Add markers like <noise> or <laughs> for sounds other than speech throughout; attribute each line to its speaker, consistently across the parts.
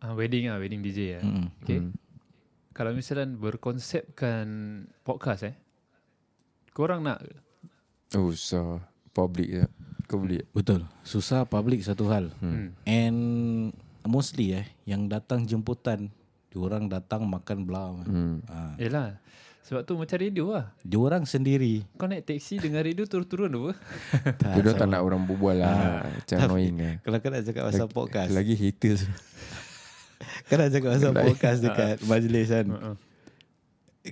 Speaker 1: Ah, wedding ah, wedding DJ ya.
Speaker 2: Mm-mm.
Speaker 1: Okay. Kalau misalnya berkonsepkan podcast eh. Korang nak ke?
Speaker 3: Oh, so public je. Kau boleh.
Speaker 2: Betul. Susah public satu hal.
Speaker 1: Hmm.
Speaker 2: And mostly eh yang datang jemputan, diorang datang makan belah. Hmm. Ha.
Speaker 1: Yelah. Sebab tu macam radio lah.
Speaker 2: Diorang sendiri.
Speaker 1: Kau naik teksi dengan radio turun-turun apa?
Speaker 3: <laughs>
Speaker 1: <laughs>
Speaker 2: Ah,
Speaker 3: Dia dah tak nak orang berbual lah. Macam annoying lah.
Speaker 2: Kalau kau nak cakap pasal podcast,
Speaker 3: Lagi haters.
Speaker 2: <laughs> kau nak cakap pasal podcast dekat majlis kan.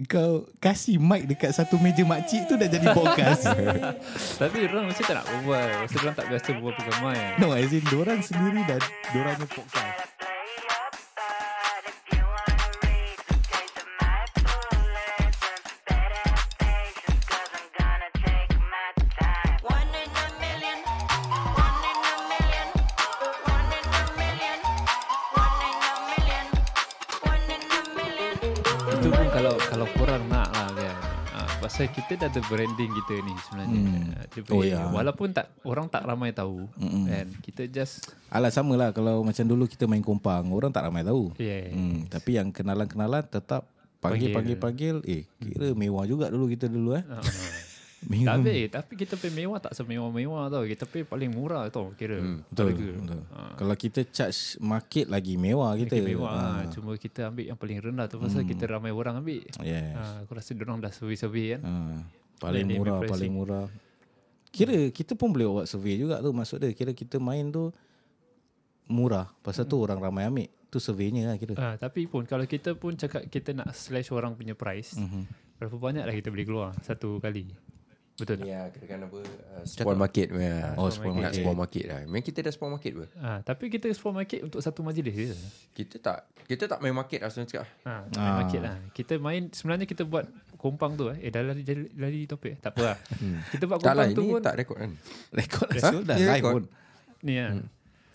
Speaker 2: Kau kasih mic dekat satu meja makcik tu dah jadi podcast.
Speaker 1: Tapi orang mesti tak nak berbual. Mesti orang tak biasa berbual pegang mic.
Speaker 2: no, as in diorang sendiri dan diorangnya podcast.
Speaker 1: Itu pun kalau kalau korang nak lah kan. Ha, pasal kita dah ada branding kita ni sebenarnya.
Speaker 2: Hmm.
Speaker 1: Ah, Dia
Speaker 2: Oh,
Speaker 1: punya-
Speaker 2: ya. Hmm.
Speaker 1: Walaupun tak orang tak ramai tahu
Speaker 2: Mm-mm.
Speaker 1: kan. Kita just
Speaker 2: Alah sama lah kalau macam dulu kita main kompang, orang tak ramai tahu.
Speaker 1: yeah.
Speaker 2: Hmm, tapi yang kenalan-kenalan tetap panggil panggil panggil. Eh, kira mewah juga dulu kita dulu eh.
Speaker 1: Ah, ah.
Speaker 2: Mewah.
Speaker 1: Hmm. Tapi tapi kita pay mewah tak semewah-mewah tau. Kita pay paling murah tau kira.
Speaker 3: Hmm,
Speaker 2: Betul. betul. Kalau kita charge market lagi mewah kita.
Speaker 1: Kita Ha. mewah ha.
Speaker 3: ah.
Speaker 1: Cuma kita ambil yang paling rendah tu Pasal
Speaker 3: Hmm.
Speaker 1: kita ramai orang ambil
Speaker 2: Yeah.
Speaker 1: ha, Aku rasa diorang dah survey-survey kan
Speaker 2: Ha.
Speaker 1: Then
Speaker 2: Paling
Speaker 1: they
Speaker 2: murah,
Speaker 1: repricing.
Speaker 2: paling murah. Kira kita pun boleh buat survey juga tu maksud dia. Kira kita main tu murah. Pasal tu
Speaker 1: Hmm.
Speaker 2: orang ramai ambil. Tu surveynya lah kira.
Speaker 1: ha, Tapi pun Kalau kita pun cakap Kita nak slash orang punya price
Speaker 3: Hmm,
Speaker 1: Berapa banyak lah kita boleh keluar Satu kali Betul tak?
Speaker 3: Ya, katakan apa. Uh, spawn market. Ya.
Speaker 2: Oh, spawn
Speaker 3: Nak
Speaker 2: market.
Speaker 3: spawn market lah. Memang kita dah spawn market pun.
Speaker 1: Ha, tapi kita explore market Untuk satu majlis je
Speaker 3: Kita tak kita tak main market lah sebenarnya cakap.
Speaker 1: ha, tak main market lah Kita main Sebenarnya kita buat Kompang tu eh Eh dah lari, lari, lari topik eh? Tak apa lah Kita buat
Speaker 3: Tak lah,
Speaker 1: kompang tu
Speaker 3: ini
Speaker 1: pun
Speaker 3: tak rekod
Speaker 2: <laughs>
Speaker 3: kan.
Speaker 2: Rekod
Speaker 3: Ha?
Speaker 2: lah sudah
Speaker 3: Ni
Speaker 2: live
Speaker 3: rekod?
Speaker 2: pun. <laughs>
Speaker 1: Ni lah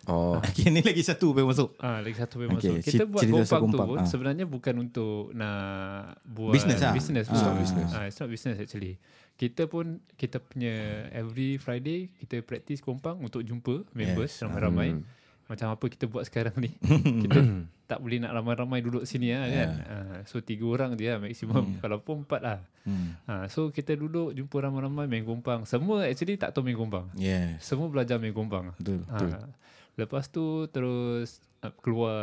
Speaker 3: Oh.
Speaker 2: Okay, ni lagi satu boleh masuk.
Speaker 1: Ah, lagi satu memang okay.
Speaker 2: Okay,
Speaker 1: masuk. Kita
Speaker 2: cer-
Speaker 1: buat
Speaker 2: cerita pasal
Speaker 1: kompang,
Speaker 2: kompang,
Speaker 1: tu pun
Speaker 2: ah.
Speaker 1: sebenarnya bukan untuk nak buat
Speaker 2: Business ah?
Speaker 1: Business,
Speaker 2: Ah.
Speaker 1: bukan.
Speaker 2: It's not business.
Speaker 1: Ah, it's not business actually. Kita pun kita punya every Friday kita practice kompang untuk jumpa members
Speaker 2: Yes. Hmm.
Speaker 1: ramai-ramai. Macam apa kita buat sekarang
Speaker 2: <laughs>
Speaker 1: ni. kita tak boleh nak ramai-ramai duduk sini lah kan. Ah, so tiga orang je lah maksimum. Kalau pun empat lah.
Speaker 2: Hmm.
Speaker 1: Ah, so kita duduk jumpa ramai-ramai main kompang. Semua actually tak tahu main kompang.
Speaker 2: Yes.
Speaker 1: Semua belajar main kompang.
Speaker 2: Betul.
Speaker 1: Ha. Lepas tu terus uh, keluar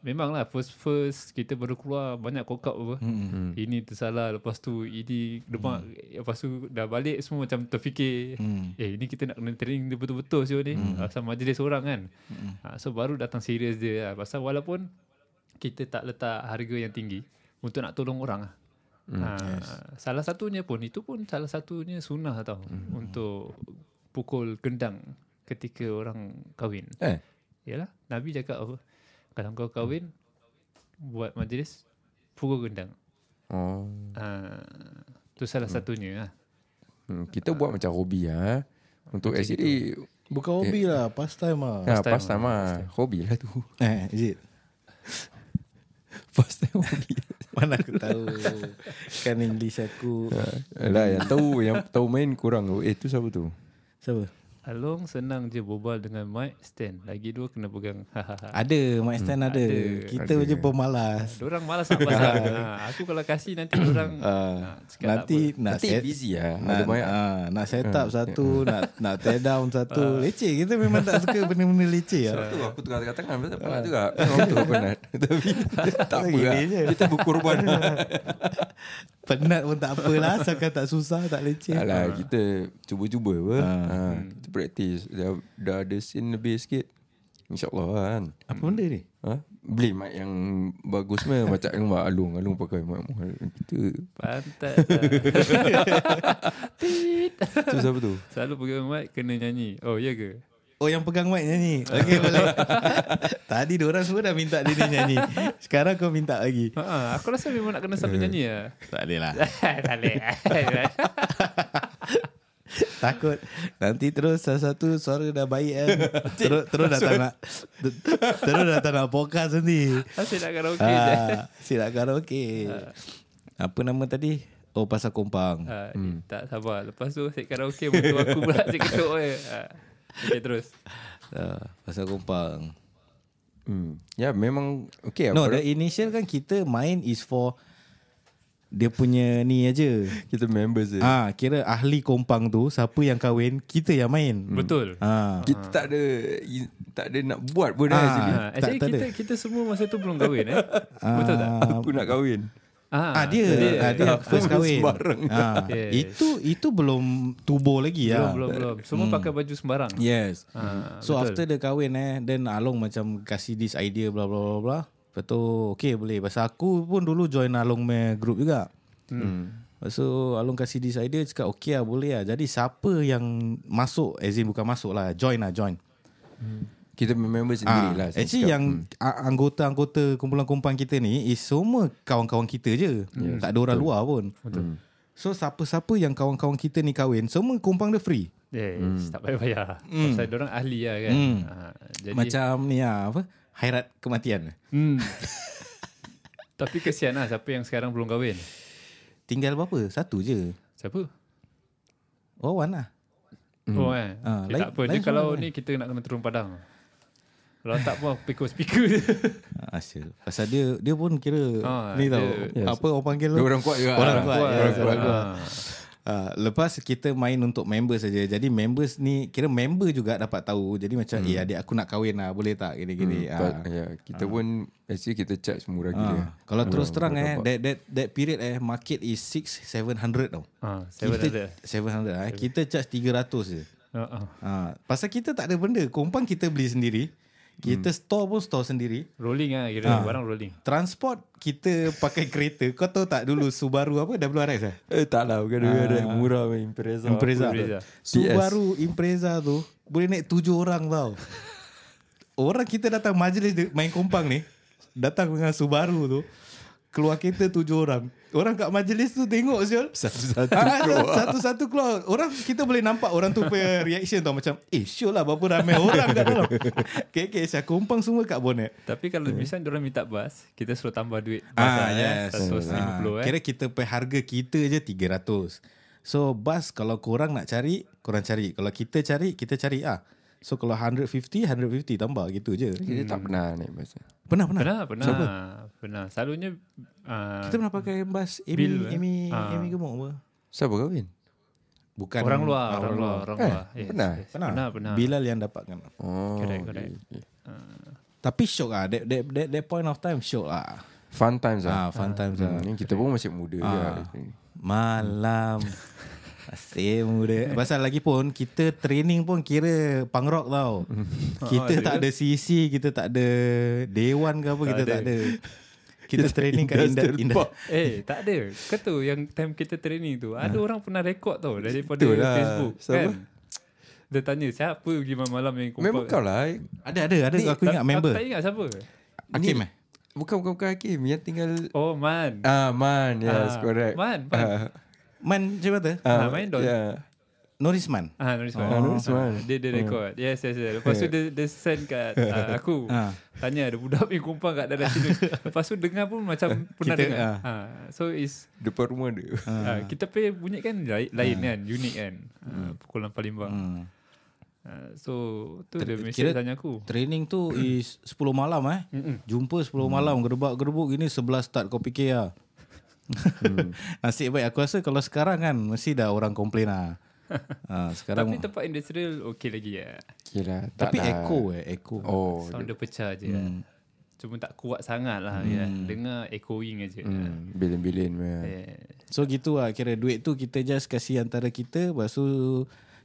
Speaker 1: memanglah first first kita baru keluar banyak kokap apa. Hmm. Ini tersalah lepas tu ini demak hmm. lepas tu dah balik semua macam terfikir hmm. eh ini kita nak kena training dia betul-betul siul ni hmm. pasal majlis orang kan. Hmm. Ha, so baru datang serius dia lah. pasal walaupun kita tak letak harga yang tinggi untuk nak tolong orang lah. Hmm, ha, yes. Salah satunya pun itu pun salah satunya sunnah tau hmm. untuk pukul kendang ketika orang kahwin.
Speaker 3: Eh.
Speaker 1: Yalah, Nabi cakap apa? Kalau kau kahwin buat majlis pukul kendang.
Speaker 3: Oh.
Speaker 1: Ha, tu salah satunya lah.
Speaker 3: Hmm, kita buat macam hobi lah. Untuk actually
Speaker 2: Bukan
Speaker 3: Eh.
Speaker 2: hobi lah, pastime lah.
Speaker 3: Ha,
Speaker 1: Pastime
Speaker 3: pastime lah. Hobi lah
Speaker 2: <laughs>
Speaker 3: tu.
Speaker 2: Eh, is it?
Speaker 3: Pastime <laughs> hobi.
Speaker 2: Mana aku tahu Kan English aku
Speaker 3: Alah, Lah, yang tahu yang tahu main kurang tu. Eh, tu siapa tu?
Speaker 2: Siapa?
Speaker 1: Along senang je berbual dengan mic stand. Lagi dua kena pegang. <laughs> Hahaha.
Speaker 2: Ada
Speaker 3: Hmm.
Speaker 2: Mic stand ada. Kita je pemalas
Speaker 1: Diorang malas nak pasang.
Speaker 2: <laughs>
Speaker 1: ha, aku kalau kasih nanti orang
Speaker 2: uh,
Speaker 1: tak
Speaker 2: Nanti nak
Speaker 3: Nanti
Speaker 2: set
Speaker 3: busy lah. Ada
Speaker 2: nak,
Speaker 3: banyak. Hmm.
Speaker 2: ah, nak set up
Speaker 3: <laughs>
Speaker 2: satu Nak nak tear down
Speaker 3: Ah.
Speaker 2: satu Leceh Kita memang tak suka Benda-benda leceh
Speaker 3: <laughs>
Speaker 2: lah
Speaker 3: Tu aku tengah angkat tangan Pasal penat juga Memang betul penat <laughs> Tapi tak apa
Speaker 2: Gini
Speaker 3: lah
Speaker 2: Ah. je.
Speaker 3: Kita
Speaker 2: <laughs>
Speaker 3: berkorban
Speaker 2: Penat pun tak apalah Asalkan tak susah Tak leceh
Speaker 3: Alah kita Cuba-cuba apa
Speaker 2: Ah.
Speaker 3: ha.
Speaker 2: Hmm.
Speaker 3: Kita praktis dah, dah ada scene lebih sikit InsyaAllah kan
Speaker 2: Apa benda ni?
Speaker 3: ha? Beli mic yang Bagus meh Macam yang Mak Alung Alung pakai mic mahal Kita
Speaker 1: Pantat
Speaker 3: Tu siapa tu
Speaker 1: Selalu pegang mic Kena nyanyi Oh ya ke
Speaker 2: Oh yang pegang mic nyanyi Okay boleh
Speaker 3: <laughs>
Speaker 2: Tadi diorang semua dah minta dia ni nyanyi Sekarang kau minta lagi
Speaker 1: Ha, aku rasa memang nak kena selalu
Speaker 2: Eh.
Speaker 1: nyanyi lah.
Speaker 2: Tak boleh lah
Speaker 1: <laughs> tak boleh. <laughs>
Speaker 2: Takut Nanti terus salah satu suara dah baik kan Terus, terus dah tak nak ter- Terus dah tak nak podcast nanti
Speaker 1: Asyik nak karaoke je.
Speaker 2: ah, Silap karaoke Apa nama tadi? Oh pasal kompang
Speaker 1: Ha, eh, tak sabar. Lepas tu asyik karaoke Mertua aku "Oh, ya." Ah. pula asyik ketuk je. Ha. Okay terus.
Speaker 2: ah, Pasal kompang
Speaker 3: Hmm. Ya memang okay
Speaker 2: No, the initial kan kita main is for dia punya ni aja.
Speaker 3: kita members je.
Speaker 2: Ah, kira ahli kompang tu siapa yang kahwin, kita yang main.
Speaker 1: Betul.
Speaker 2: Ah.
Speaker 3: Kita tak ada i- tak ada nak buat pun ah. actually. <laughs>
Speaker 1: Ha, actually
Speaker 2: tak- tak
Speaker 1: kita kita semua masa tu belum kahwin eh. Betul tak?
Speaker 3: Aku nak kahwin.
Speaker 2: Ah, dia, ah, dia first kahwin.
Speaker 3: Sembarang.
Speaker 2: Ah,
Speaker 1: Yes.
Speaker 2: itu itu belum tubuh lagi
Speaker 1: Belum
Speaker 2: ah.
Speaker 1: belum belum. Semua pakai baju sembarang.
Speaker 2: Yes.
Speaker 1: Ah,
Speaker 2: Hmm. so betul. after dia kahwin eh, then Along macam kasih this idea bla bla bla bla. Lepas tu okay boleh. Pasal aku pun dulu join Along punya group juga. Hmm. So Along kasih this idea cakap okay lah boleh lah. Jadi siapa yang masuk as in bukan masuk lah join lah join.
Speaker 3: Kita members sendiri
Speaker 2: Ah,
Speaker 3: lah. saya
Speaker 2: actually
Speaker 3: cakap.
Speaker 2: yang a- anggota-anggota kumpulan kompang kita ni is semua kawan-kawan kita je. Yes, tak ada orang betul. luar pun. Betul.
Speaker 1: Hmm.
Speaker 2: So siapa-siapa yang kawan-kawan kita ni kahwin, semua kompang dia free.
Speaker 1: Yes, Eh,
Speaker 2: Hmm.
Speaker 1: <laughs> tak payah bayar. Pasal dia orang ahli lah kan. Ha, jadi
Speaker 2: Macam ni lah apa? Hairat kematian. <laughs>
Speaker 1: hmm. Tapi kesian lah siapa yang sekarang belum kahwin.
Speaker 2: Tinggal berapa? Satu je.
Speaker 1: Siapa?
Speaker 2: Wawan lah.
Speaker 1: Oh eh.
Speaker 2: Ah,
Speaker 1: Dia
Speaker 2: lain-
Speaker 1: tak apa. Dia
Speaker 2: lain eh.
Speaker 1: kalau
Speaker 2: soalan
Speaker 1: ni kita nak kena turun padang. Kalau tak pun aku pikul speaker je.
Speaker 2: Asyik. Ah, Pasal dia dia pun kira
Speaker 1: Ah,
Speaker 2: ni tau.
Speaker 1: dia-
Speaker 2: Apa orang panggil
Speaker 3: Dia
Speaker 2: tu?
Speaker 3: orang kuat
Speaker 2: <laughs>
Speaker 3: juga.
Speaker 2: ya. Orang
Speaker 3: Ah.
Speaker 2: kuat. ya,
Speaker 1: Orang
Speaker 2: orang
Speaker 1: kuat.
Speaker 2: kuat.
Speaker 1: Ah.
Speaker 2: Ah, lepas kita main untuk members saja. Jadi members ni kira member juga dapat tahu. Jadi macam eh adik aku nak kahwin lah boleh tak gini-gini.
Speaker 3: Hmm,
Speaker 2: Ah.
Speaker 3: tak- ya, kita pun actually kita charge murah
Speaker 2: Ah,
Speaker 3: gila.
Speaker 2: Kalau terus
Speaker 3: Murah-
Speaker 2: terang
Speaker 3: murah
Speaker 2: eh
Speaker 3: nampak.
Speaker 2: that that that period eh market is 6 700 tau.
Speaker 1: Ah, saya pun ada.
Speaker 2: Kita 700 eh. Kita charge 300 je.
Speaker 1: Ah, ah.
Speaker 2: Ha, pasal kita tak ada benda. Kompang kita beli sendiri. Kita hmm. store pun store sendiri.
Speaker 1: Rolling lah kira.
Speaker 2: Ah.
Speaker 1: Barang rolling.
Speaker 2: Transport kita pakai kereta. Kau tahu tak dulu Subaru apa? WRX lah.
Speaker 3: Eh tak lah bukan dia ada murah main Impreza.
Speaker 2: Oh, Impreza.
Speaker 1: Impreza.
Speaker 2: Subaru Impreza tu boleh naik tujuh orang tau. Orang kita datang majlis dia main kompang ni. Datang dengan Subaru tu. Keluar kereta tujuh orang. Orang kat majlis tu tengok sial. Satu-satu keluar. Satu-satu keluar. Orang kita boleh nampak orang tu punya reaction tau. Macam eh sure lah berapa ramai orang kat <laughs> dalam. Okay, okay. Saya kompang semua kat bonet.
Speaker 1: Tapi kalau bisa orang minta bas, kita suruh tambah duit. Bas
Speaker 2: Eh. Ah,
Speaker 1: lah,
Speaker 2: yes. Ah,
Speaker 1: Eh. 150 eh.
Speaker 2: Kira kita pay harga kita je 300. So bus kalau korang nak cari, korang cari. Kalau kita cari, kita cari ah. So kalau 150, 150 tambah gitu je.
Speaker 3: Kita tak pernah naik bas.
Speaker 2: Pernah pernah.
Speaker 1: Pernah, pernah. Pernah. Selalunya ah,
Speaker 2: Kita pernah pakai bus Amy
Speaker 1: Bil, eh?
Speaker 2: Amy
Speaker 1: Ah.
Speaker 2: Amy gemuk apa?
Speaker 3: Siapa kahwin?
Speaker 2: Bukan
Speaker 1: orang luar,
Speaker 2: ah,
Speaker 1: orang luar, orang luar. Yes,
Speaker 3: pernah?
Speaker 1: yes. Pernah, pernah.
Speaker 2: Bilal yang dapatkan.
Speaker 3: Oh.
Speaker 1: Correct, correct.
Speaker 3: okay, okay.
Speaker 2: Tapi syok ah. That, that, that, that point of time syok
Speaker 1: Ah.
Speaker 2: lah.
Speaker 3: Fun times lah.
Speaker 2: Ah, fun times ah.
Speaker 3: Hmm, ni kita pun masih muda je lah.
Speaker 2: Malam Masih muda Pasal lagi pun Kita training pun kira Punk rock tau <laughs> Kita tak ada CC Kita tak ada Dewan ke apa Kita ya? tak ada Kita training kat Indah, Indah.
Speaker 1: <laughs> Eh, tak ada. Kau tu yang time kita training tu, ada orang pernah rekod tau daripada
Speaker 3: Betul lah.
Speaker 1: Facebook
Speaker 3: Siapa?
Speaker 1: kan. Dia tanya siapa pergi malam-malam yang kompak.
Speaker 3: Memang kau lah. eh.
Speaker 2: Ada ada ada Aku ingat member
Speaker 1: Aku tak ingat siapa.
Speaker 2: Hakim eh
Speaker 3: Bukan bukan bukan Hakim yang tinggal
Speaker 1: Oh, Man.
Speaker 3: Ah man, yes
Speaker 1: Ah,
Speaker 3: correct.
Speaker 1: Man, man.
Speaker 3: Ah, Ya,
Speaker 2: Man macam mana
Speaker 1: Ah, main dot.
Speaker 3: Yeah.
Speaker 2: Norisman
Speaker 1: Ah, Nuris Man.
Speaker 3: Ah, Nuris Man.
Speaker 1: Dia dia rekod. Yes, yes, yes. Lepas tu dia, dia send kat ah, aku.
Speaker 2: Ah.
Speaker 1: Tanya ada budak <laughs> yang kumpang kat dalam sini. Lepas tu dengar pun macam pernah
Speaker 2: Kita,
Speaker 1: dengar.
Speaker 2: ah.
Speaker 1: Ah, so is
Speaker 3: Depan rumah dia.
Speaker 1: ah, kita play bunyi kan lai- lain kan, unik kan. Ah, pukulan Palembang.
Speaker 2: hmm.
Speaker 1: Ah, so tu dia
Speaker 2: Ter-
Speaker 1: message
Speaker 2: kira-
Speaker 1: tanya aku.
Speaker 2: Training
Speaker 3: <clears throat>
Speaker 2: tu is 10 malam eh Jumpa 10
Speaker 3: Mm.
Speaker 2: malam Gerbak-gerbuk gini 11 start kau fikir lah
Speaker 3: Hmm.
Speaker 2: <laughs> Nasib baik Aku rasa kalau sekarang kan Mesti dah orang komplain lah
Speaker 3: <laughs>
Speaker 2: ha, Sekarang
Speaker 1: Tapi tempat industrial okey lagi ya.
Speaker 3: Kira tak
Speaker 2: Tapi
Speaker 3: lah.
Speaker 2: echo eh echo.
Speaker 3: Oh,
Speaker 1: Sound dia pecah je. Hmm. Cuma tak kuat sangat lah. Ya. Dengar echoing aja. Hmm.
Speaker 3: hmm, bilin-bilin. man.
Speaker 2: So gitu lah kira duit tu kita just kasih antara kita lepas tu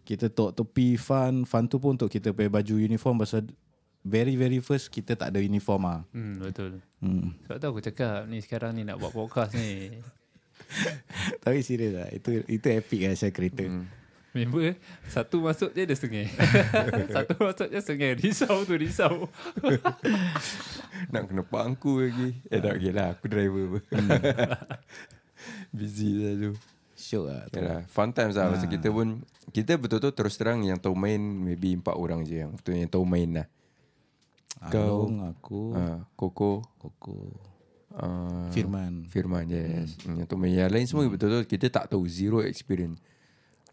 Speaker 2: kita tok tepi fund fund tu pun untuk kita pakai baju uniform pasal very very first kita tak ada uniform ah. <laughs>
Speaker 1: Hmm, betul.
Speaker 2: Hmm.
Speaker 1: Sebab tu aku cakap ni sekarang ni nak buat podcast ni.
Speaker 2: Tapi serius lah itu itu epic lah saya kereta. Hmm.
Speaker 1: Member satu masuk je dia sungai. satu masuk je sungai. Risau tu risau.
Speaker 3: Nak kena pangku lagi. Eh tak okay lah, aku driver. Hmm. <laughs> Busy lah tu.
Speaker 2: Syok lah.
Speaker 3: Okay lah. Fun times lah. Masa kita pun, kita betul-betul terus terang yang tahu main, maybe empat orang je yang betul yang tahu main lah. Kau-
Speaker 2: Along aku
Speaker 3: Ah, Koko,
Speaker 2: Koko
Speaker 3: ah,
Speaker 2: Firman.
Speaker 3: Firman, yes. Hmm. Yang tahu main. Yang lain semua betul-betul kita tak tahu, zero experience.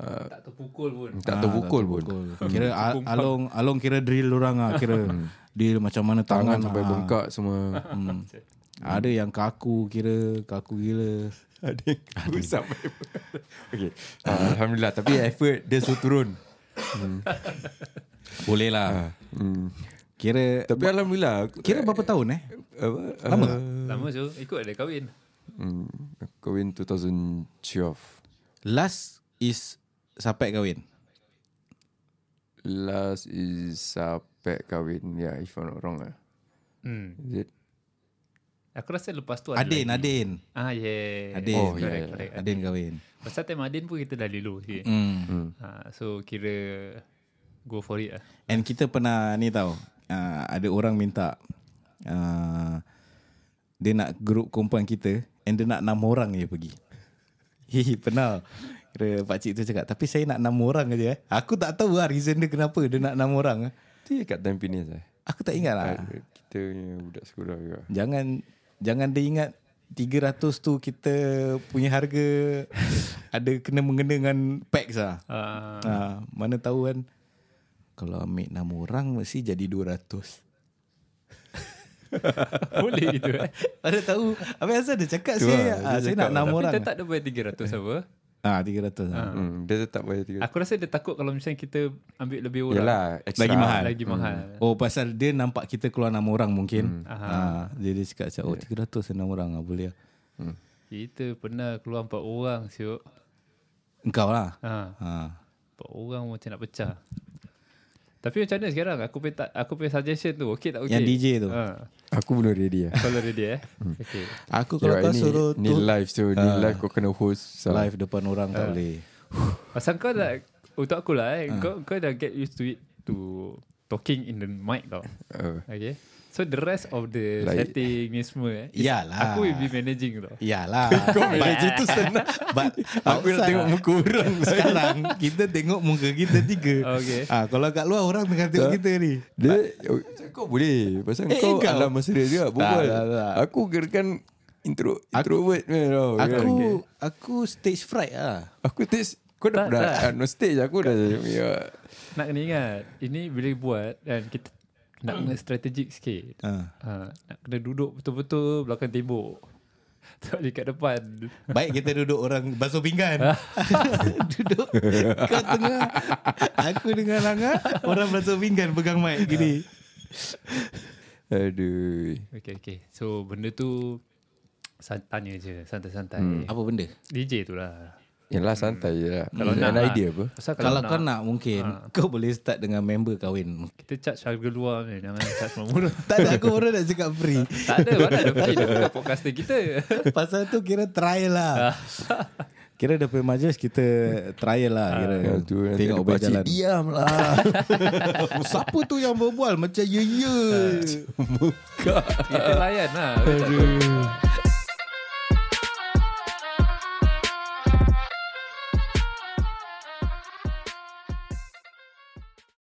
Speaker 3: Ah,
Speaker 1: tak terpukul pun.
Speaker 3: tak Ah, tahu pukul pun.
Speaker 2: Kira Al- Along Along kira drill orang ah kira dia macam mana
Speaker 3: Hmm. Tangan
Speaker 2: tangan,
Speaker 3: sampai
Speaker 2: ah.
Speaker 3: bengkak <laughs> semua.
Speaker 2: Hmm. Ada yang kaku kira, kaku gila.
Speaker 3: Ada yang kusap Okay Ah, Alhamdulillah Tapi effort dia suruh turun
Speaker 2: Boleh lah.
Speaker 3: hmm.
Speaker 2: Kira
Speaker 3: Tapi Alhamdulillah aku-
Speaker 2: kira berapa tahun eh?
Speaker 3: apa, Lama uh,
Speaker 1: Lama so Ikut dia kahwin
Speaker 3: hmm, Kahwin 2012
Speaker 2: Last is sampai kahwin.
Speaker 3: Last is Sapek kahwin Ya yeah, if I'm not wrong lah
Speaker 1: hmm.
Speaker 3: Is it?
Speaker 1: Aku rasa lepas tu ada
Speaker 2: Adin,
Speaker 1: lagi.
Speaker 2: Adin.
Speaker 1: Ah yeah
Speaker 2: Adin.
Speaker 3: Oh,
Speaker 1: Correct,
Speaker 3: yeah, yeah.
Speaker 1: correct.
Speaker 2: Adin kahwin.
Speaker 1: Pasal time Adin pun kita dah lelu sikit
Speaker 2: Hmm.
Speaker 1: ha, So kira Go for it lah
Speaker 2: And kita pernah ni tau uh, Ada orang minta uh, Dia nak group kumpulan kita And dia nak enam orang je pergi <laughs> Hihi pernah Kira pakcik tu cakap Tapi saya nak enam orang je eh Aku tak tahu lah reason dia kenapa Dia nak enam orang eh.
Speaker 3: Dia kat time Pinis lah
Speaker 2: Aku tak ingat lah
Speaker 3: Kita punya budak sekolah juga
Speaker 2: Jangan Jangan dia ingat 300 tu kita punya harga <laughs> Ada kena mengena dengan packs lah
Speaker 1: uh,
Speaker 2: Ha, mana tahu kan kalau ambil enam orang mesti jadi 200.
Speaker 1: <laughs> Boleh gitu eh
Speaker 2: Mana tahu Habis asal <laughs> dia cakap
Speaker 3: Tu
Speaker 2: saya,
Speaker 3: lah,
Speaker 2: ah,
Speaker 3: dia
Speaker 2: saya
Speaker 3: cakap
Speaker 2: nak enam
Speaker 1: Tapi
Speaker 2: orang
Speaker 1: dia tak ada bayar 300 apa
Speaker 2: Ah 300 lah
Speaker 3: hmm, Dia tetap bayar
Speaker 2: Ya.
Speaker 3: tiga
Speaker 1: Aku rasa dia takut Kalau misalnya kita Ambil lebih orang
Speaker 3: Yalah extra.
Speaker 2: lah. Lagi mahal.
Speaker 1: Lagi mahal
Speaker 2: Oh pasal dia nampak kita keluar enam orang mungkin ah, Jadi dia cakap macam, Oh 300 enam orang lah boleh lah
Speaker 1: Kita pernah keluar empat orang siuk
Speaker 2: Engkau lah
Speaker 1: ha,
Speaker 2: ha.
Speaker 1: Empat orang macam nak pecah Tapi macam mana sekarang Aku punya, tak, aku punya suggestion tu Okay tak okay
Speaker 2: Yang DJ tu.
Speaker 1: ha,
Speaker 2: Hmm.
Speaker 3: Aku belum ready lah
Speaker 1: Kalau ready eh Okay
Speaker 2: <laughs> Aku kalau
Speaker 3: Kira
Speaker 2: kau
Speaker 3: ni,
Speaker 2: suruh
Speaker 3: Ni
Speaker 2: tu Ah.
Speaker 3: live lah. so Ni live kau kena host so.
Speaker 2: Live depan orang tak boleh
Speaker 1: Pasal kau dah Untuk aku lah
Speaker 3: Ah.
Speaker 1: eh, kau, kau dah get used to it To Talking in the mic tau
Speaker 3: uh,
Speaker 1: Okay So the rest of the
Speaker 3: Like-
Speaker 1: setting ni semua eh, is-
Speaker 2: Yalah.
Speaker 1: Aku will be managing tau
Speaker 2: <laughs> Yalah Baju tu <laughs> senang But
Speaker 3: Aku nak
Speaker 2: outside-
Speaker 3: tengok muka
Speaker 2: <laughs>
Speaker 3: orang
Speaker 2: Sekarang Kita tengok muka kita tiga
Speaker 1: Okay.
Speaker 2: ah, Kalau kat luar orang tengah tengok kita ni
Speaker 3: Dia Macam kau boleh Pasal
Speaker 2: Ah. Eh,
Speaker 3: kau,
Speaker 2: kau.
Speaker 3: Alam mesra juga Berbual
Speaker 2: tak, tak.
Speaker 3: Aku kira kan intro, Introvert punya tau kan.
Speaker 2: Aku Aku stage fright lah
Speaker 3: Aku taste Kau
Speaker 1: Tak,
Speaker 3: dah dah
Speaker 1: tak.
Speaker 3: anu stage Aku dah ya,
Speaker 1: Nak kena ingat Ini bila buat kan Kita nak kena strategik sikit
Speaker 2: Ah.
Speaker 1: ha, Nak kena duduk betul-betul Belakang tembok <laughs> Tak boleh kat depan
Speaker 2: Baik kita duduk orang basuh
Speaker 1: Ha.
Speaker 2: pinggan. <laughs> duduk kau tengah. Aku dengan Langa orang basuh pinggan pegang mic gini.
Speaker 3: Aduh
Speaker 1: Okay okay So benda tu san- Tanya je Santai-santai hmm.
Speaker 2: Apa benda?
Speaker 1: DJ tu lah
Speaker 3: Yalah santai je lah
Speaker 1: Kalau nak
Speaker 3: An
Speaker 1: lah.
Speaker 3: idea apa
Speaker 1: Pasal kalau,
Speaker 2: Kalau, kau
Speaker 1: nak Ha.
Speaker 2: nak mungkin kau boleh start dengan member kahwin.
Speaker 1: Kita charge harga luar ni Jangan charge mula-mula
Speaker 2: <laughs> Tak ada aku baru nak cakap free.
Speaker 1: Tak ada Mana ada Baik dekat podcaster kita
Speaker 2: Pasal tu kira trial
Speaker 1: Ha.
Speaker 2: lah. <laughs> Kira depan majlis kita trial lah kira.
Speaker 3: Ya, tu nanti
Speaker 2: Tengok
Speaker 3: ada
Speaker 2: boleh
Speaker 3: pakcik,
Speaker 2: jalan.
Speaker 3: Diam lah
Speaker 2: <laughs> Siapa tu yang ya, Ha. berbual macam ye ye.
Speaker 1: Kita layan lah